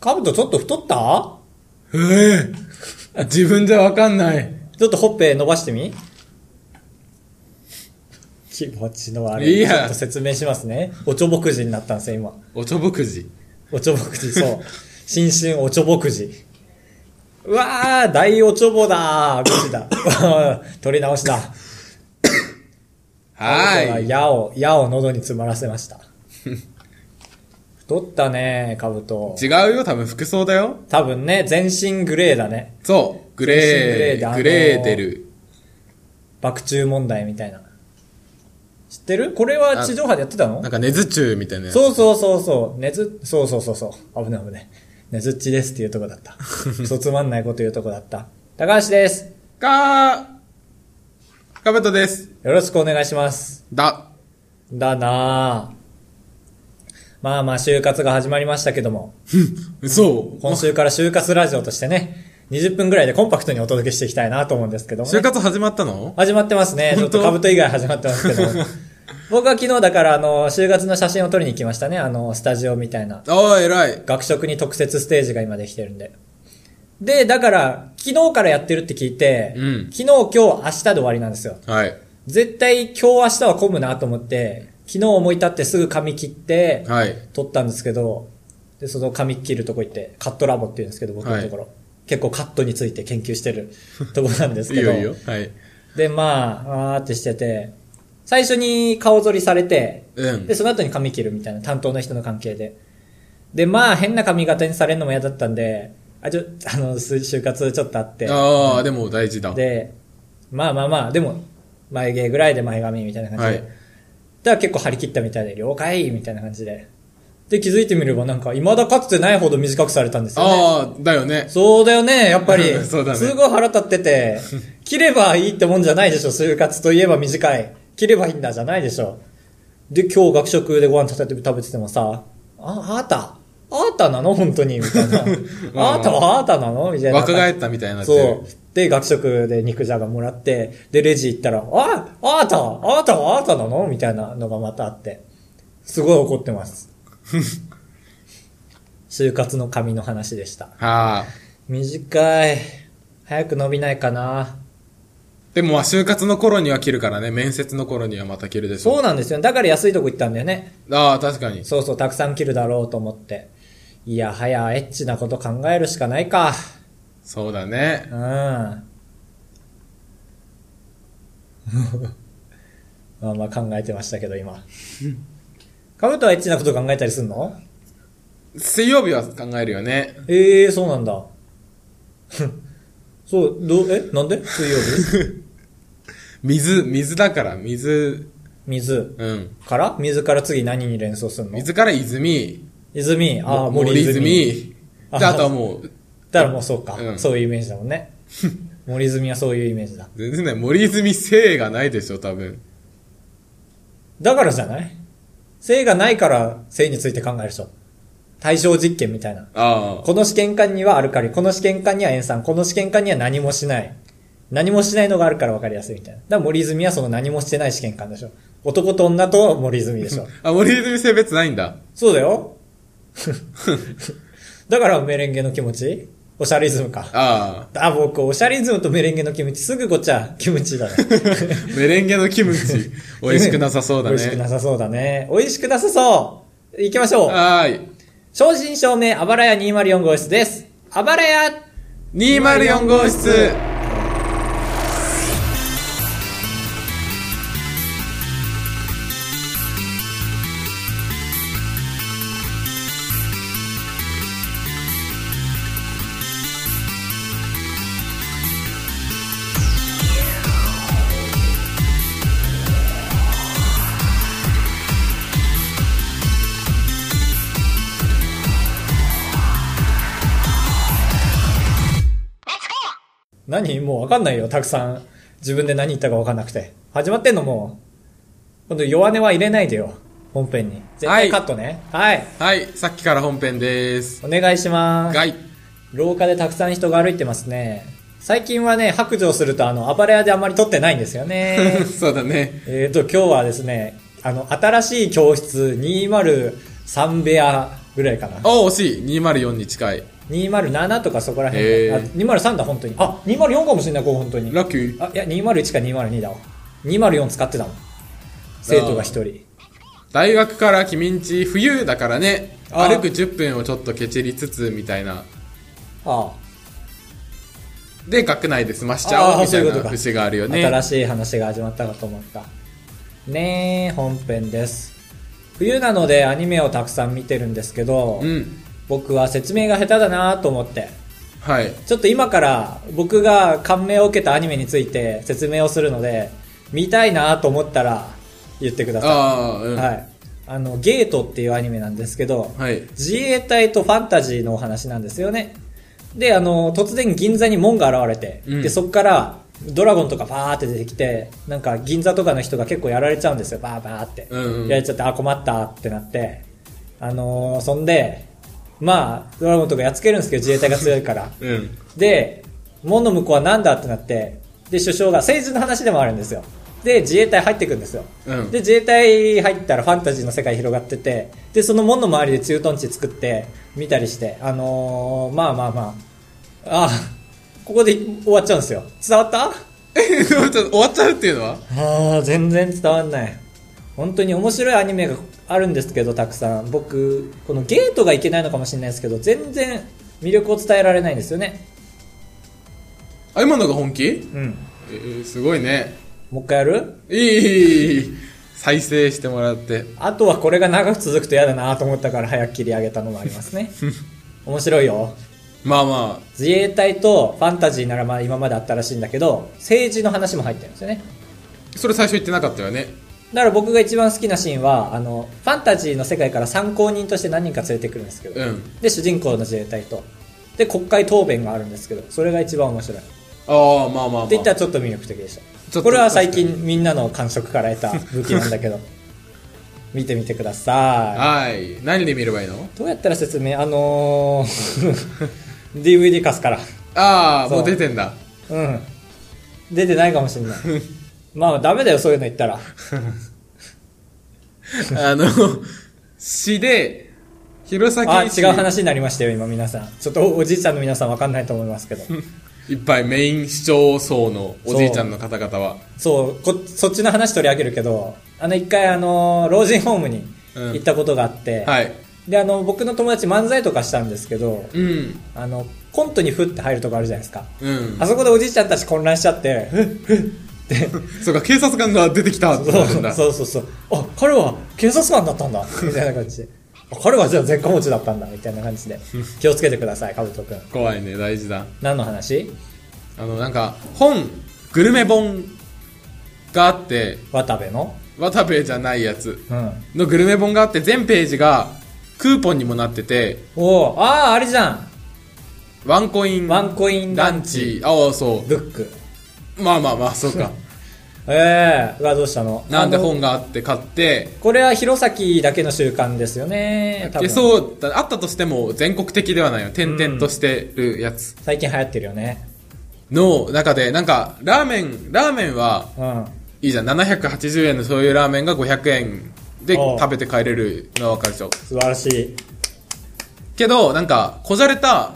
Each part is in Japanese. カブトちょっと太ったええ自分じゃわかんない。ちょっとほっぺ伸ばしてみ気持ちの悪い。いやちょっと説明しますね。おちょぼくじになったんですよ、今。おちょぼくじ。おちょぼくじ、 そう。新春おちょぼくじ。うわー、大おちょぼだー、くじだ。 取り直した。はーい。矢を、矢を喉に詰まらせま した。太ったね、カブト。違うよ、多分服装だよ。多分ね、全身グレーだね。そう。グレ全身ー、ググレーであのーレーデル。爆中問題みたいな。知ってるこれは地上波でやってたのなんか、ネズチューみたいなやつ。そうそうそうそう、ねず、そうそうそうそう、危ない危ない。ねずっちですっていうとこだっ た。そうつまんないこと言うとこだった。高橋です。かー、かぶとです。よろしくお願いします。 だ。だなぁ。まあまあ、就活が始まりましたけども、そう。今週から就活ラジオとしてね、20分ぐらいでコンパクトにお届けしていきたいなと思うんですけども、ね就。活始まったの始まってますね。ちょっ本当と兜以外始まってますけ ど。僕は昨日だから、あの、就活の写真を撮りに行きましたね。あの、スタジオみたいな。ああ、偉い。学食に特設ステージが今できてるんで。で、だから、昨日からやってるって聞いて、うん昨日、今日、明日で終わりなんですよ。はい。絶対今日、明日は混むなと思って、昨日思い立ってすぐ髪切って、はい。撮ったんですけど、で、その髪切るとこ行って、カットラボって言うんですけど、僕のところ。結構カットについて研究してるとこなんですいけいど。よいいよ。はい。で、まあ、あーってしてて、最初に顔剃りされて、うんで、。その後に髪切るみたいな、担当の人の関係で。で、まあ、変な髪型にされるのも嫌だったんで、あ、ちょ、あの、す就活ちょっとあって。ああ、でも大事だ。で、まあまあまあ、でも、眉毛ぐらいで前髪みたいな感じで。はいだから結構張り切ったみたいで、了解みたいな感じで。で、気づいてみればなんか、未だかつてないほど短くされたんですよね。ああ、だよね。。そうだよね、やっぱり そうだね。すごい腹立ってて、切ればいいってもんじゃないでしょ、就活といえば短い。切ればいいんだじゃないでしょ。で、今日学食でご飯食べて食べててもさ、あ、あーた、あーたなの本当にみたいな まああーたはあーたなのみたいな。若返ったみたいになってそうる。。で、学食で肉じゃがもらって、で、レジ行ったら、あ、あーた、あーたはあーたなのみたいなのがまたあって、すごい怒って ます。就活の紙の話でした。はあ。短い。早く伸びないかな。でもまあ就活の頃には切るからね、面接の頃にはまた切るでしょ。そうなんですよ。だから安いとこ行ったんだよね。ああ、確かに。そうそう、たくさん切るだろうと思って。いや、早、エッチなこと考えるしかないか。そうだね。うん。 まあまあ考えてましたけど、今。カブトはエッチなこと考えたりすんの水曜日は考えるよね。ええー、そうなんだ。 そう、どう、えなんで水曜日水、水だから、水、水うん。から水から次何に連想するの水から泉、泉、ああ、森森泉。泉、で、ああとはもう、だからもうそうか、うんそういうイメージだもん ね。森泉はそういうイメージだ。全然ね、森泉性がないでしょ、多分。だからじゃない性がないから性について考えるでしょ。対象実験みたいな。ああ。この試験管にはアルカリ、この試験管には塩酸、この試験管には何もしない。何もしないのがあるから分かりやすいみたいな。だから森泉はその何もしてない試験管でしょ。男と女と森泉でしょ。あ、森泉性別ないんだ。そうだ よ。 だからメレンゲの気持ちオシャリズムか。 ああ、僕、オシャリズムとメレンゲのキムチ、すぐこっちは キムチだね。あ。メレンゲのキムチ、美味しくなさそうだ 美味しくね。なさそうだね。美味しくなさそう行きましょうはーい。正真正銘、あばらや204号室ですあばらや204号室何もうわかんないよ、たくさん。自分で何言ったかわかんなくて。始まってんのもう。今度弱音は入れないでよ。本編に。絶対カットね。はい。はい、さっきから本編です。お願いします。がい。廊下でたくさん人が歩いてますね。最近はね、白状するとあの、あばらやであまり撮ってないんですよね。 そうだね。えーと、今日はですね、あの、新しい教室203部屋ぐらいかな。あ、惜しい。204に近い。 207とかそこら辺へーあ203だ、本当に。あ、204かもしれない、ここ本当に。ラッキー。あ、いや、201か202だわ。204使ってたもん。生徒が一人。大学から君んち冬だからねあー歩く10分をちょっとケチりつつみたいなあで学内で済ましちゃおあうーみたいそういうことなか節があるあ、よね新しい話が始まったかと思った。ねえ、本編です。冬なのでアニメをたくさん見てるんですけど、うん僕は説明が下手だなと思って。はいちょっと今から僕が感銘を受けたアニメについて説明をするので、見たいなと思ったら言ってくださああうい。んは。はいあの、ゲートっていうアニメなんですけど、い自衛隊とファンタジーのお話なんですよね。で、あの、突然銀座に門が現れて、うんで、そこからドラゴンとかバーって出てきて、なんか銀座とかの人が結構やられちゃうんですよ、バーバーって。うんうんやられちゃって、あ、困ったってなって、あのーそんで、まあ、ドラゴンとかやっつけるんですけど、自衛隊が強い から。うんで、門の向こうはなんだってなって、で、首相が政治の話でもあるんですよ。で、自衛隊入ってくんですよ。うんで、自衛隊入ったらファンタジーの世界広がってて、で、その門の周りで駐屯地作って、見たりして、あのー、まあまあまあ、あここで終わっちゃうんですよ。伝わったえ ちょっと終わっちゃうっていうのはあー全然伝わんない本当に面白いアニメがあるんですけどたくさん僕このゲートがいけないのかもしれないですけど全然魅力を伝えられないんですよねあ今のが本気うんえーすごいねもう一回やるいいいいいいい再生してもらってあとはこれが長く続くと嫌だなと思ったから早く切り上げたのもありますね面白いよまあま自衛隊とファンタジーならまあ今まであったらしいんだけど政治の話も入ってるんですよねあそれ最初言ってなかったよねだから僕が一番好きなシーンはあのファンタジーの世界から参考人として何人か連れてくるんですけど、うんで主人公の自衛隊とで国会答弁があるんですけどそれが一番面白いってああまあまあまあ言ったらちょっと魅力的でしったとこれは最近みんなの感触から得た武器なんだけど見てみてくださはい何で見ればいいのいどうやったら説明あのー、DVD 貸すからああそうもう出てん だうん出てないかもしれないまあダメだよそういうの言ったらあの、詩で、弘前あ市違う話になりましたよ今皆さんちょっとおじいちゃんの皆さんわかんないと思いますけどいっぱいメイン視聴層のおじいちゃんの方々は。そうこそっちの話取り上げるけどあの一回あのー老人ホームに行ったことがあって、はい。であの僕の友達漫才とかしたんですけどうん。あのコントにフって入るとこあるじゃないですか、うんあ。そこでおじいちゃんたち混乱しちゃってふっふっって そうか、警察官が出てきたってなるんだ。そうそうそうあ彼は警察官だったんだ みたいな感じであ彼はじゃあ前科持ちだったんだみたいな感じ で気をつけてくださいかぶとくん怖いね、大事だ。何の話あの、なんか、本、グルメ本があって、渡部の渡部じゃないやつうんのグルメ本があって、全ページがクーポンにもなってて、おおあああれじゃんワンコインワンコインラランンチチ。ああ、そブックう。まあまあまあ、そうか。ええがどうしたのなんであの本があって買って、これは弘前だけの習慣ですよね多え分そうだあったとしても全国的ではないよ点々としてるやつ最近流行ってるよねの中でなんかラーメンラーメンはうんいいじゃん780円のそういうラーメンが500円でおう食べて帰れるのはわかるでしょ素晴らしいけどなんかこじゃれた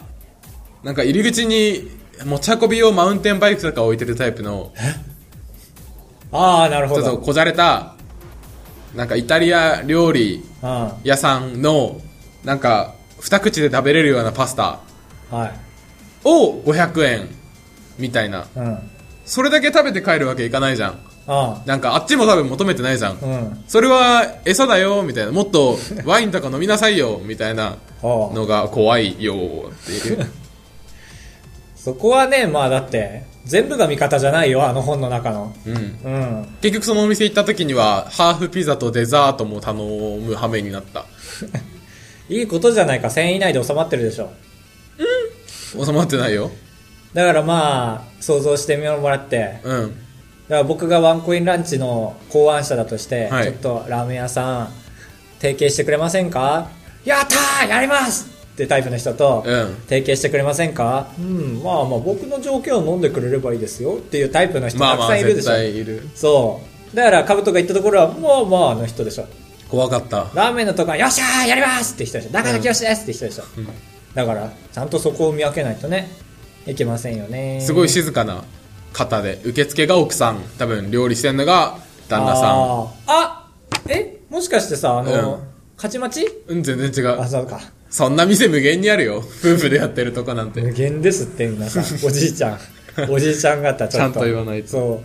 なんか入り口に持ち運び用マウンテンバイクとか置いてるタイプのああなるちほょっどとこじゃれたなんかイタリア料理うんは屋さんのなんか二口で食べれるようなパスタいを500円みたいなうんそれだけ食べて帰るわけいかないじゃん。あなんかあっちも多分求めてないじゃん。あうんそれは餌だよ、みたいな。もっとワインとか飲みなさいよ、みたいなおうのが怖いよ、って いう。そこはねまあだって全部が味方じゃないよあの本の中のうん。うん結局そのお店行った時には、ハーフピザとデザートも頼む羽目になった。いいことじゃないか1000円以内で収まってるでしょ収まってないよ。だからまあ想像してもらってうだん。から僕がワンコインランチの考案者だとして、はいちょっとラーメン屋さん提携してくれませんかやったーやりますってタイプの人と、うん提携してくれませんかうんまあまあ僕の条件を飲んでくれればいいですよっていうタイプの人まあたくまさあ、んいるでし絶ょ、対いる。そうだからカブトが言ったところはまあまあの人でしょ怖かった。ラーメンのとこは、よっしゃーやりますって人でしょ。中田清ですって人でしょ。だから、ちゃんとそこを見分けないとね、いけませんよね。すごい静かな方で、受付が奥さん、多分料理してんのが旦那さん。あーあえもしかしてさ、あの、うん勝ち待ちうん、全然違あ、う。そうか。そんな店無限にあるよ。夫婦でやってるとこなんて。無限ですって皆 さん。おじいちゃん。おじいちゃん方ちょっと。ちゃんと言わないとそ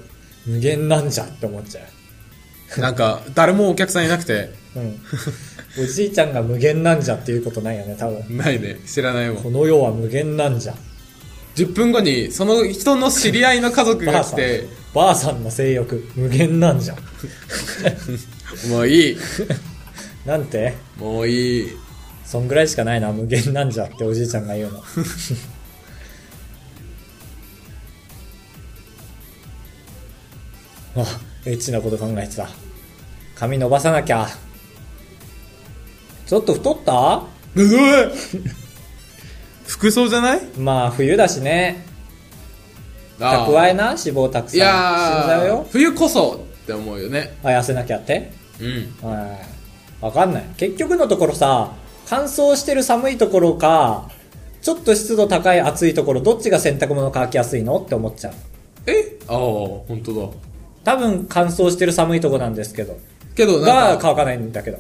う。無限なんじゃって思っちゃなんか、誰もお客さんいなくて、う。うん。おじいちゃんが無限なんじゃっていうことないよね、多分。ないね。知らないもんこ。の世は無限なんじゃ。 10分後に、その人の知り合いの家族ばがあ来さんて、。ばあさんの性欲、無限なんじゃ。もういい。なんてもういい。そんぐらいしかないな、無限なんじゃっておじいちゃんが言う の。あ、エッチなこと考えてた。髪伸ばさなきゃ。ちょっと太ったすごい服装じゃないまあ、冬だしね。ああ蓄えな、脂肪たくさん。死んいじゃうやーよ。冬こそって思うよね。あ、痩せなきゃってうん。はい。わかんない。結局のところさ、乾燥してる寒いところか、ちょっと湿度高い暑いところ、どっちが洗濯物乾きやすいのって思っちゃう。えああ、本当だ。多分乾燥してる寒いとこなんですけど。けどながんか、乾かないんだけど。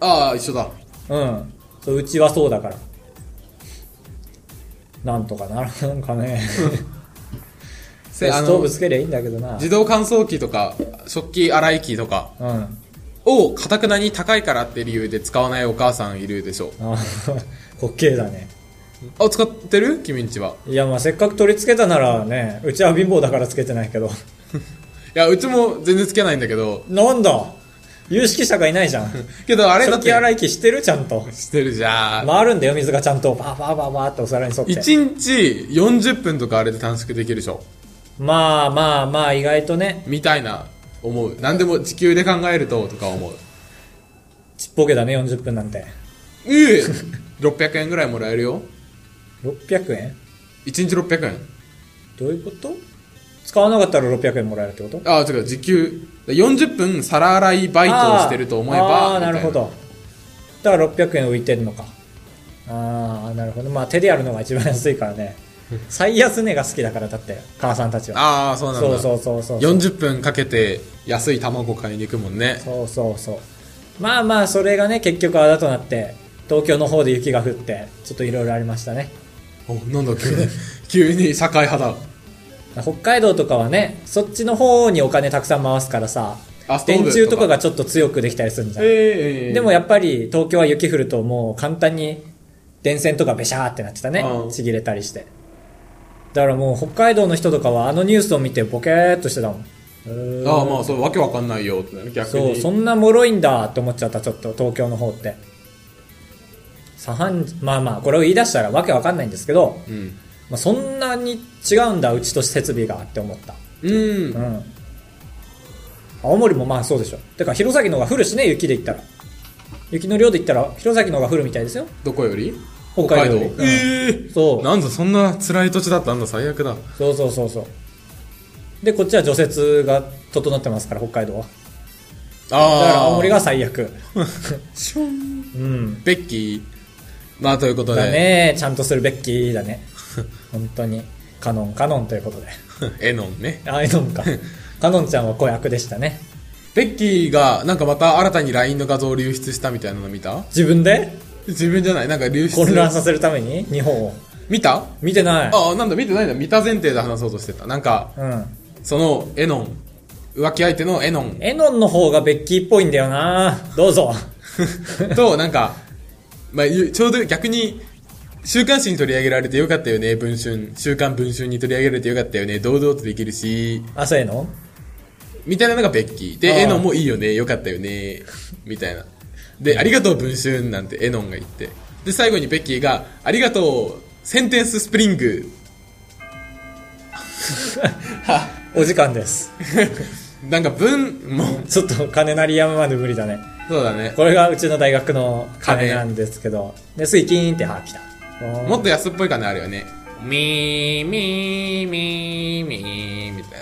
ああ、一緒だ。うん。そううちはそうだから。なんとかならなんかね。スせあトーのブ、つけりゃいいんだけどな。自動乾燥機とか、食器洗い機とかうん。あ を、かたくなに高いからって理由で使わないお母さんいるでしょ。滑稽だね。あ、使ってる君んちは。いや、まあせっかく取り付けたならね、うちは貧乏だからつけてないけど。いや、うちも全然つけないんだけど、なんだ有識者がいないじゃん。け どあれだっ食て器、洗い機してるちゃんと。してるじゃん。回るんだよ、水がちゃんと。バーバーバーバーってお皿に沿って。 1日40分とかあれで短縮できるでしょ。まあまあまあ、意外とね、みたいな、思う。何でも地球で考えると、とか思う。ちっぽけだね、40分なんて。え え !600 円ぐらいもらえるよ。 600円1日600円。どういうこと使わなかったら600円もらえるってことああ、違う、時給。40分皿洗いバイトをしてると思えあば。ーあー、みたないるほ。ど。だから600円浮いてんのか。ああ、なるほど。まあ手でやるのが一番安いから ね。最安値が好きだから、だって、母さんたちは。ああ、そうなんだ。そうそうそうそう。 40分かけて安い卵買いに行くもんね。そうそうそうまあまあそれがね結局あだとなって東京の方で雪が降ってちょっといろいろありましたねお、なんだ、急に。 急に社会派北海道とかはねそっちの方にお金たくさん回すからさだ。あ、ストー電ブ柱とかが。ちょっと強くできたりするんじゃん、ええでもややっぱり東京は雪降るともう簡単に電線とかべしゃーってなってたねうんちぎれたりしてだからもう北海道の人とかはあのニュースを見てボケーっとしてたもんああ、まあ、そう、わけわかんないよ、ってね逆そに。うそんな脆いんだって思っちゃったちょっと東京の方って左半まあまあこれを言い出したらわけわかんないんですけど、うん。まあ、そんなに違うんだうちと設備がって思ったうんう。ん青森もまあそうでしょてか弘前の方が降るしね雪で言ったら雪の量で言ったら弘前の方が降るみたいですよどこより北海道より北ええうんそうなんだ、そんな辛い土地だったんだ、最悪だ。そうそうそうそうでこっちは除雪が整ってますから北海道はだかあらあ。青森が最悪シュン うんベッキー。まあ、ということだで。ねちゃんとするべきだね本当にカノンカノンということで エノンね。あいのんかカノンちゃんは子役でしたねベッキーが、なんかまた新たに LINE の画像を流出したみたいなの見た自分で自分じゃないなんか流出。混乱させるために日本を見た見てないああ、なんだ、見てないんだ。見た前提で話そうとしてた。なんか、うんその、エノン。浮気相手のエノンエノンの方がベッキーっぽいんだよなどう ぞと、なんか、まあ、ゆちょうど逆に、週刊誌に取り上げられてよかったよね、文春。週刊文春に取り上げられてよかったよね、堂々とできるし、あそうエノンみたいなのがベッキー。でああ、エノンもいいよね、よかったよね、みたいな。で、ありがとう文春なんてエノンが言って。で、最後にベッキーが、ありがとう、センテンススプリン グ。お時間ですなんか文、もう、ちょっと金鳴りやむまで無理だねそうだね。これがうちの大学の金なんですけどでスイキーンっては来たもっと安っぽい感じあるよね。みーみーみーみーみたい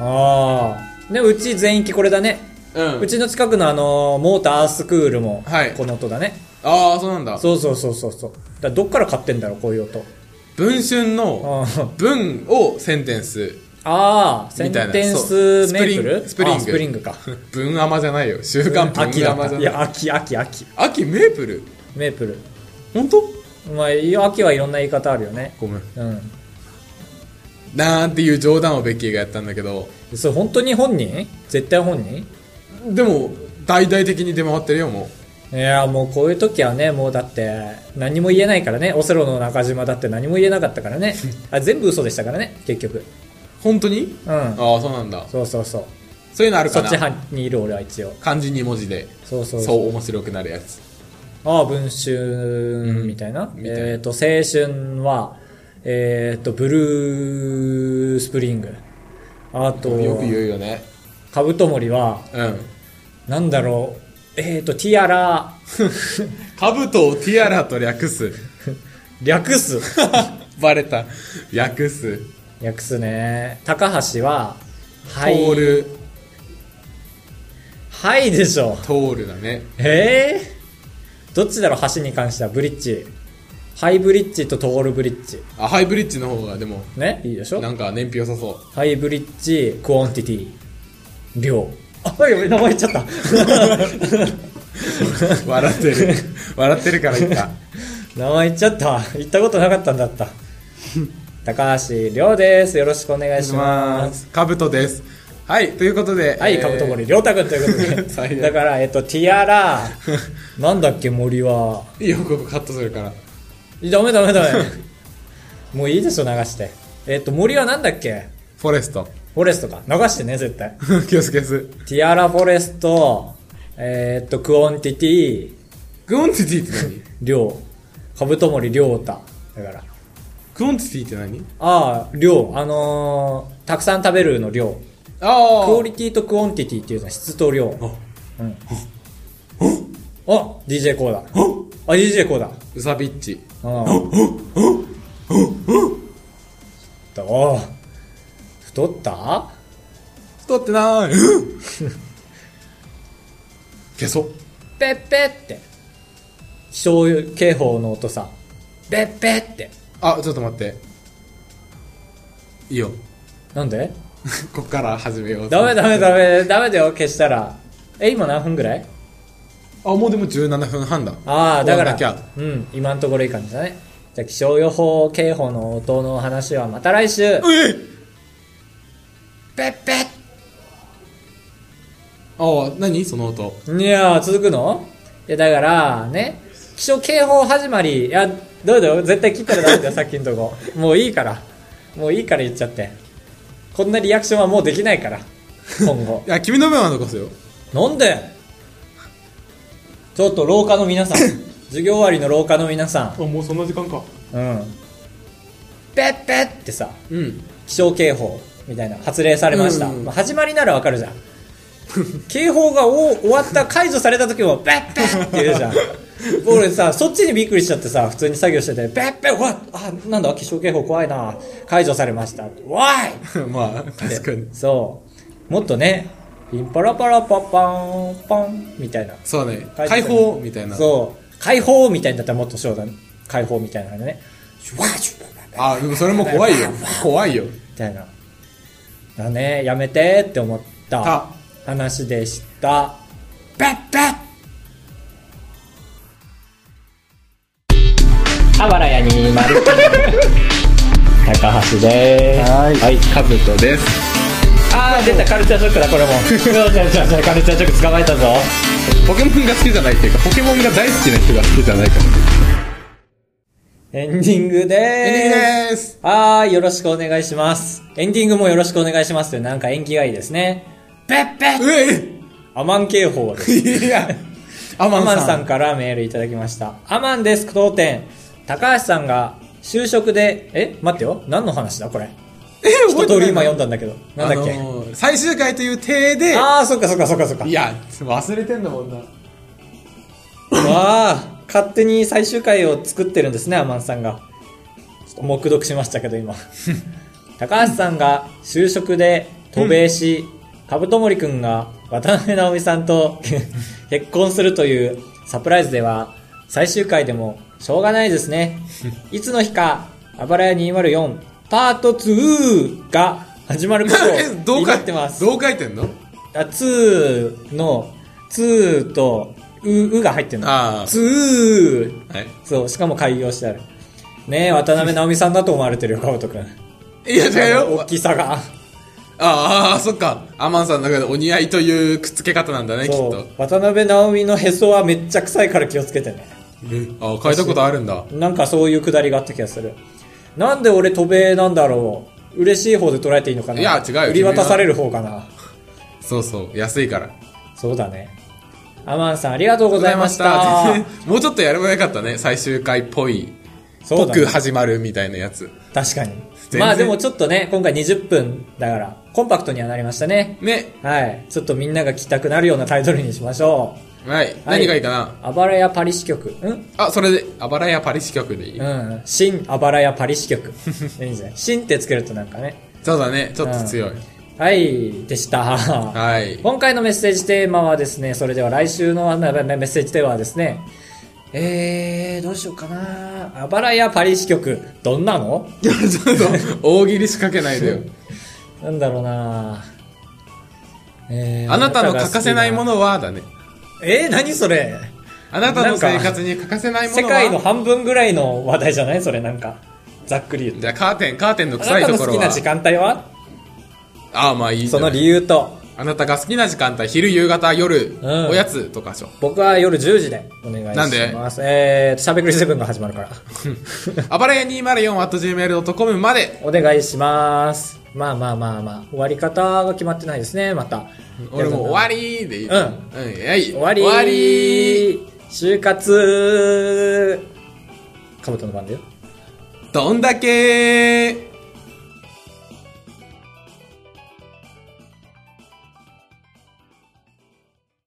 な。ああでうち全域これだねうんうちの近くのあの、モータースクールもはい、この音だね。ああ、そうなんだ。そうそうそうそうそう。だからどっから買ってんだろう、こういう音。文春のうん文をセンテンス。ああ、セみンたいなテンそうスメープルスプリングあスプリング か。文甘じゃないよ。週刊文秋だっ甘じた。ゃいない。や、秋、秋、秋。秋メープルメープル。本当まあ、秋はいろんな言い方あるよね。ごめん。うん。なんていう冗談をベッキーがやったんだけど、それ本当に本人絶対本人でも、大々的に出回ってるよ、もいや、もうこういう時はね、もうだって、何も言えないからね。オセロの中島だって何も言えなかったから ね。あ、全部嘘でしたからね、結局。う。本当にうん。ああ、そうなんだ。そうそうそう。そういうのあるそかっなち派にいる俺は一応。漢字2文字で、そうそうそそう。う面白くなるやつ。ああ、文春みたいな。みたいなえっ、と、青春は、えっ、と、ブルースプリング。あと、よく言うよね。カブトモリは、うん。なんだろう、えっ、と、ティアラ、兜をティアラと略す。 略す。バレた。略す。略すね。高橋は、はい。通る。はいでしょ。通るだね。ええどっちだろう、橋に関しては、ブリッジ。ハイブリッジとトールブリッジ。あ、ハイブリッジの方がでも、ねいいでしょなんか燃費良さそう。ハイブリッジ、クオンティティ、量。あ、やべ、名前言っちゃった。 笑ってる。笑ってるから言った。名前言っちゃった。言ったことなかったんだった。高橋亮です。よろしくお願いします。す。カブトです。はい、ということで。はい、えーカブトモリ、りょうたくんということ最で。だ悪から、えっと、ティア ラ、なんだっけ、森は。いいよ、ここカットするから。ダメダメダメ。もういいでしょ、流して。えっと、森はなんだっけフォレスト。 フォレストか。流してね、絶対。キョスケス。ティアラ・フォレスト、えっと、クオンティティ、クオンティティって何りょう。カブトモリ、りょうた。だから。 クオンティティって何ああ、量。あのー、たくさん食べるの量。ああ。クオリティとクオンティティっていうのは質と量。うん。あ !DJ コーダ。あ、DJ コーダ。ウサビッチ。うん。どう太った太ってない。 消そう。ペッペって。気象警報の音さ。ペッペって。あ、ちょっと待って。いいよ。 なんでこっから始めよう。ダメダメダメ、ダメだよ、消したら。え、今何分ぐらいあ、もうでも17分半だ。ああ、だから終わんなきゃ、うん、今のところいい感じだね。じゃあ気象予報警報の音の話はまた来週うえペッペああ、何その音。ッいやー、続くのいや、だから、ね、気象警報始まり、いや、どうだよ、絶対切ったらダメだよ、さっきのとこ。もういいから。もういいから言っちゃって。こんなリアクションはもうできないから。今後 い。や、君の分は残すよ。なんでちょっと廊下の皆さん、授業終わりの廊下の皆さあ、もうそんな時間か。ん、うん。ペッペッってさ、うん。気象警報みたいな発令されました、うんまあ、始まりならわかるじゃん警報がお終わった解除された時もペッペッって言うじゃん俺さそっちにびっくりしちゃってさ普通に作業しててペッペッわっあなんだ気象警報怖いな解除されましたわい まあ、確かに。そうもっとねピンパラパラパパンパンみたいなそうね。解解放みたいな。そう解放みたいになったらもっとそうだね解放みたいなのねシュワシュワあ、でもそれも怖い よ。怖いよ。みたいな。だね、やめてって思ったあ話でした。ペッペッあばらやにまる。高橋でーす。はい。はい。カブトです。あー、出た、カルチャーショックだ、これも。 そうそうそうそうカルチャーショック捕まえたぞ。ポケモンが好きじゃないっていうか、ポケモンが大好きな人が好きじゃないから。エンディングでーす。エンディングでーす。はーい、よろしくお願いします。エンディングもよろしくお願いしますって、なんか演技がいいですね。ペッペッうアマン警報です。えいや、アアマンマさん。ンさんからメールいただきました。アマンです、当店。高橋さんが就職で、え待ってよ。何の話だこれ。え、一通り今読んだだ。んだけど。なんだっけ。あのー最終回という体で、ああ、そっかそっかそっかそっかい。や、忘れてんだもんな。わあ、勝手に最終回を作ってるんですね、アマンさんが。ちょっと黙 読しましたけど、今。高橋さんが就職で渡米し、カブトモリくんが渡辺直美さん と結婚するというサプライズでは、最終回でもしょうがないです ね。いつの日か、あばらや204パート2が始まるこ えとどをう書祈いってます。どう書いてんのあ、2の、2と、う、うが入ってるの。ああ2はいそう、しかも開業してある。ねえ、渡辺直美さんだと思われてるよ、かぶとくん。いや違うよ大きさが。ああ、そっか。アマンさんの中でお似合いというくっつけ方なんだね、きっそとう。。渡辺直美のへそはめっちゃ臭いから気をつけてね。えああ、変えたことあるんだ。なんかそういうくだりがあった気がする。なんで俺渡米なんだろう。嬉しい方で捉えていいのかないや違うよ売り渡される方かな。そうそう、安いから。そうだね。アマンさんありがとうございました。ございました もうちょっとやればよかったね、最終回っぽい。そうぽだくね。始まるみたいなやつ。確かに。然まあでもちょっとね、今回20分だから、コンパクトにはなりましたね。ね。はい。ちょっとみんなが聞きたくなるようなタイトルにしましょう。はい。何がいいかな。あばらやパリ支局。んあ、それで、あばらやパリ支局でいい。うん。新あばらやパリ支 局。いいんじゃない新ってつけるとなんかね。そうだね、ちょっと強い。はい、でした。 はい。今回のメッセージテーマはですね、それでは来週のあななメッセージテーマはですね、えー、どうしようかなあばらやパリ支局、どんなのいや、ちょっと、大喜利仕掛けないでよ。なんだろうなえあなたの欠かせないもの。のは、だね。えー、何それあなたなのんか生活に欠かせないも世のは。界の半分ぐらいの話題じゃないそれなんか。ざっくり言って。じゃあ、カーテン、カーテンのあ臭ないたとのこ好ろきはな。時間帯はああ、まあいいじそゃなのい。理由と、あなたが好きな時間帯、昼、夕方、夜、うんおやつとかでしょ。僕は夜10時でお願いします。なんでえー、しゃべくり7が始まる から。あばらや 204.gmail.com まで。お願いします。まあまあまあまあ、終わり方が決まってないですね、また。俺もう終り。わりでいい。うんうん、はい。終終わり終わり就活かぶとの番だよ。どんだけ